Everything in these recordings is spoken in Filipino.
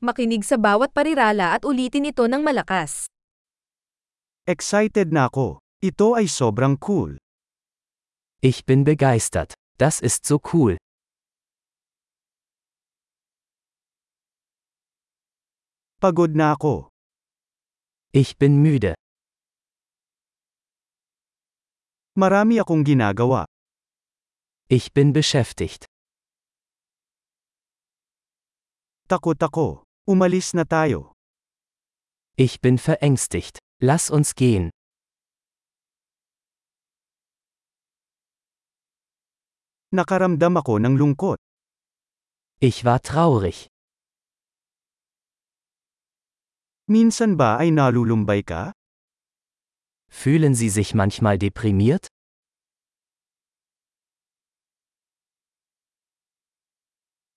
Makinig sa bawat parirala at ulitin ito ng malakas. Excited na ako. Ito ay sobrang cool. Ich bin begeistert. Das ist so cool. Pagod na ako. Ich bin müde. Marami akong ginagawa. Ich bin beschäftigt. Takot ako. Umalis na tayo. Ich bin verängstigt. Lass uns gehen. Nakaramdam ako ng lungkot. Ich war traurig. Minsan ba ay nalulumbay ka? Fühlen Sie sich manchmal deprimiert?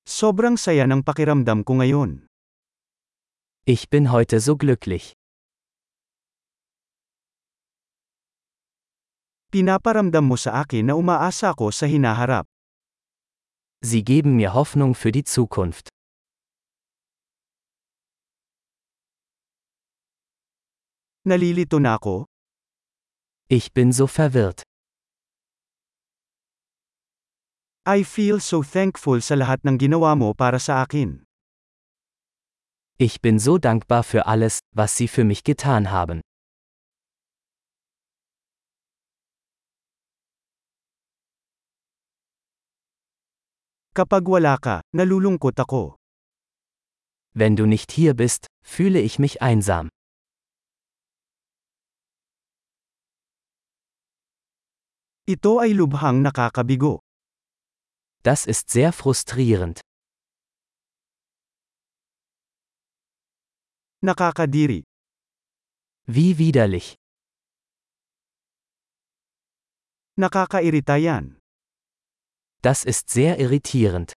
Sobrang saya ng pakiramdam ko ngayon. Ich bin heute so glücklich. Pinaparamdam mo sa akin na umaasa ako sa hinaharap. Sie geben mir Hoffnung für die Zukunft. Nalilito na ako. Ich bin so verwirrt. I feel so thankful sa lahat ng ginawa mo para sa akin. Ich bin so dankbar für alles, was Sie für mich getan haben. Kapag wala ka, nalulungkot ako. Wenn du nicht hier bist, fühle ich mich einsam. Ito ay lubhang nakakabigo. Das ist sehr frustrierend. Nakakadiri. Wie widerlich. Nakakairita yan. Das ist sehr irritierend.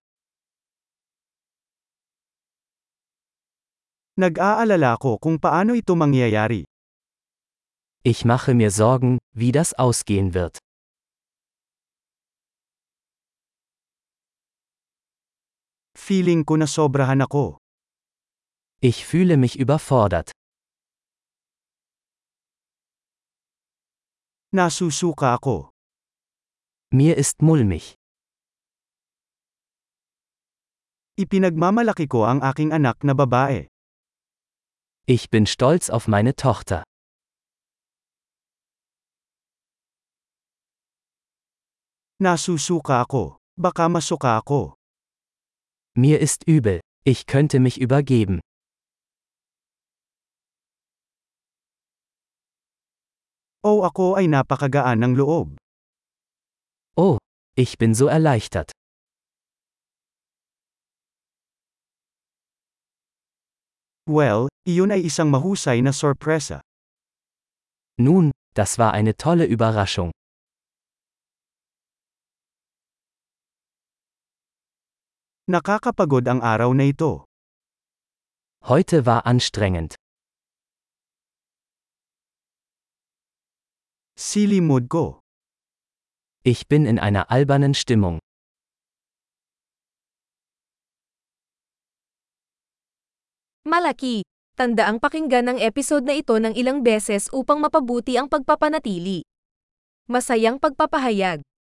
Nag-aalala ako kung paano ito mangyayari. Ich mache mir Sorgen, wie das ausgehen wird. Feeling ko na sobrahan ako. Ich fühle mich überfordert. Nasusuka ako. Mir ist mulmig. Ipinagmamalaki ko ang aking anak na babae. Ich bin stolz auf meine Tochter. Nasusuka ako. Baka masuka ako. Mir ist übel. Ich könnte mich übergeben. O Oh, ako ay napakagaan ng loob. Oh, ich bin so erleichtert. Well, iyon ay isang mahusay na sorpresa. Nun, das war eine tolle Überraschung. Nakakapagod ang araw na ito. Heute war anstrengend. Silly mood ko. Ich bin in einer albernen Stimmung. Malaki! Tanda ang pakinggan ng episode na ito ng ilang beses upang mapabuti ang pagpapanatili. Masayang pagpapahayag.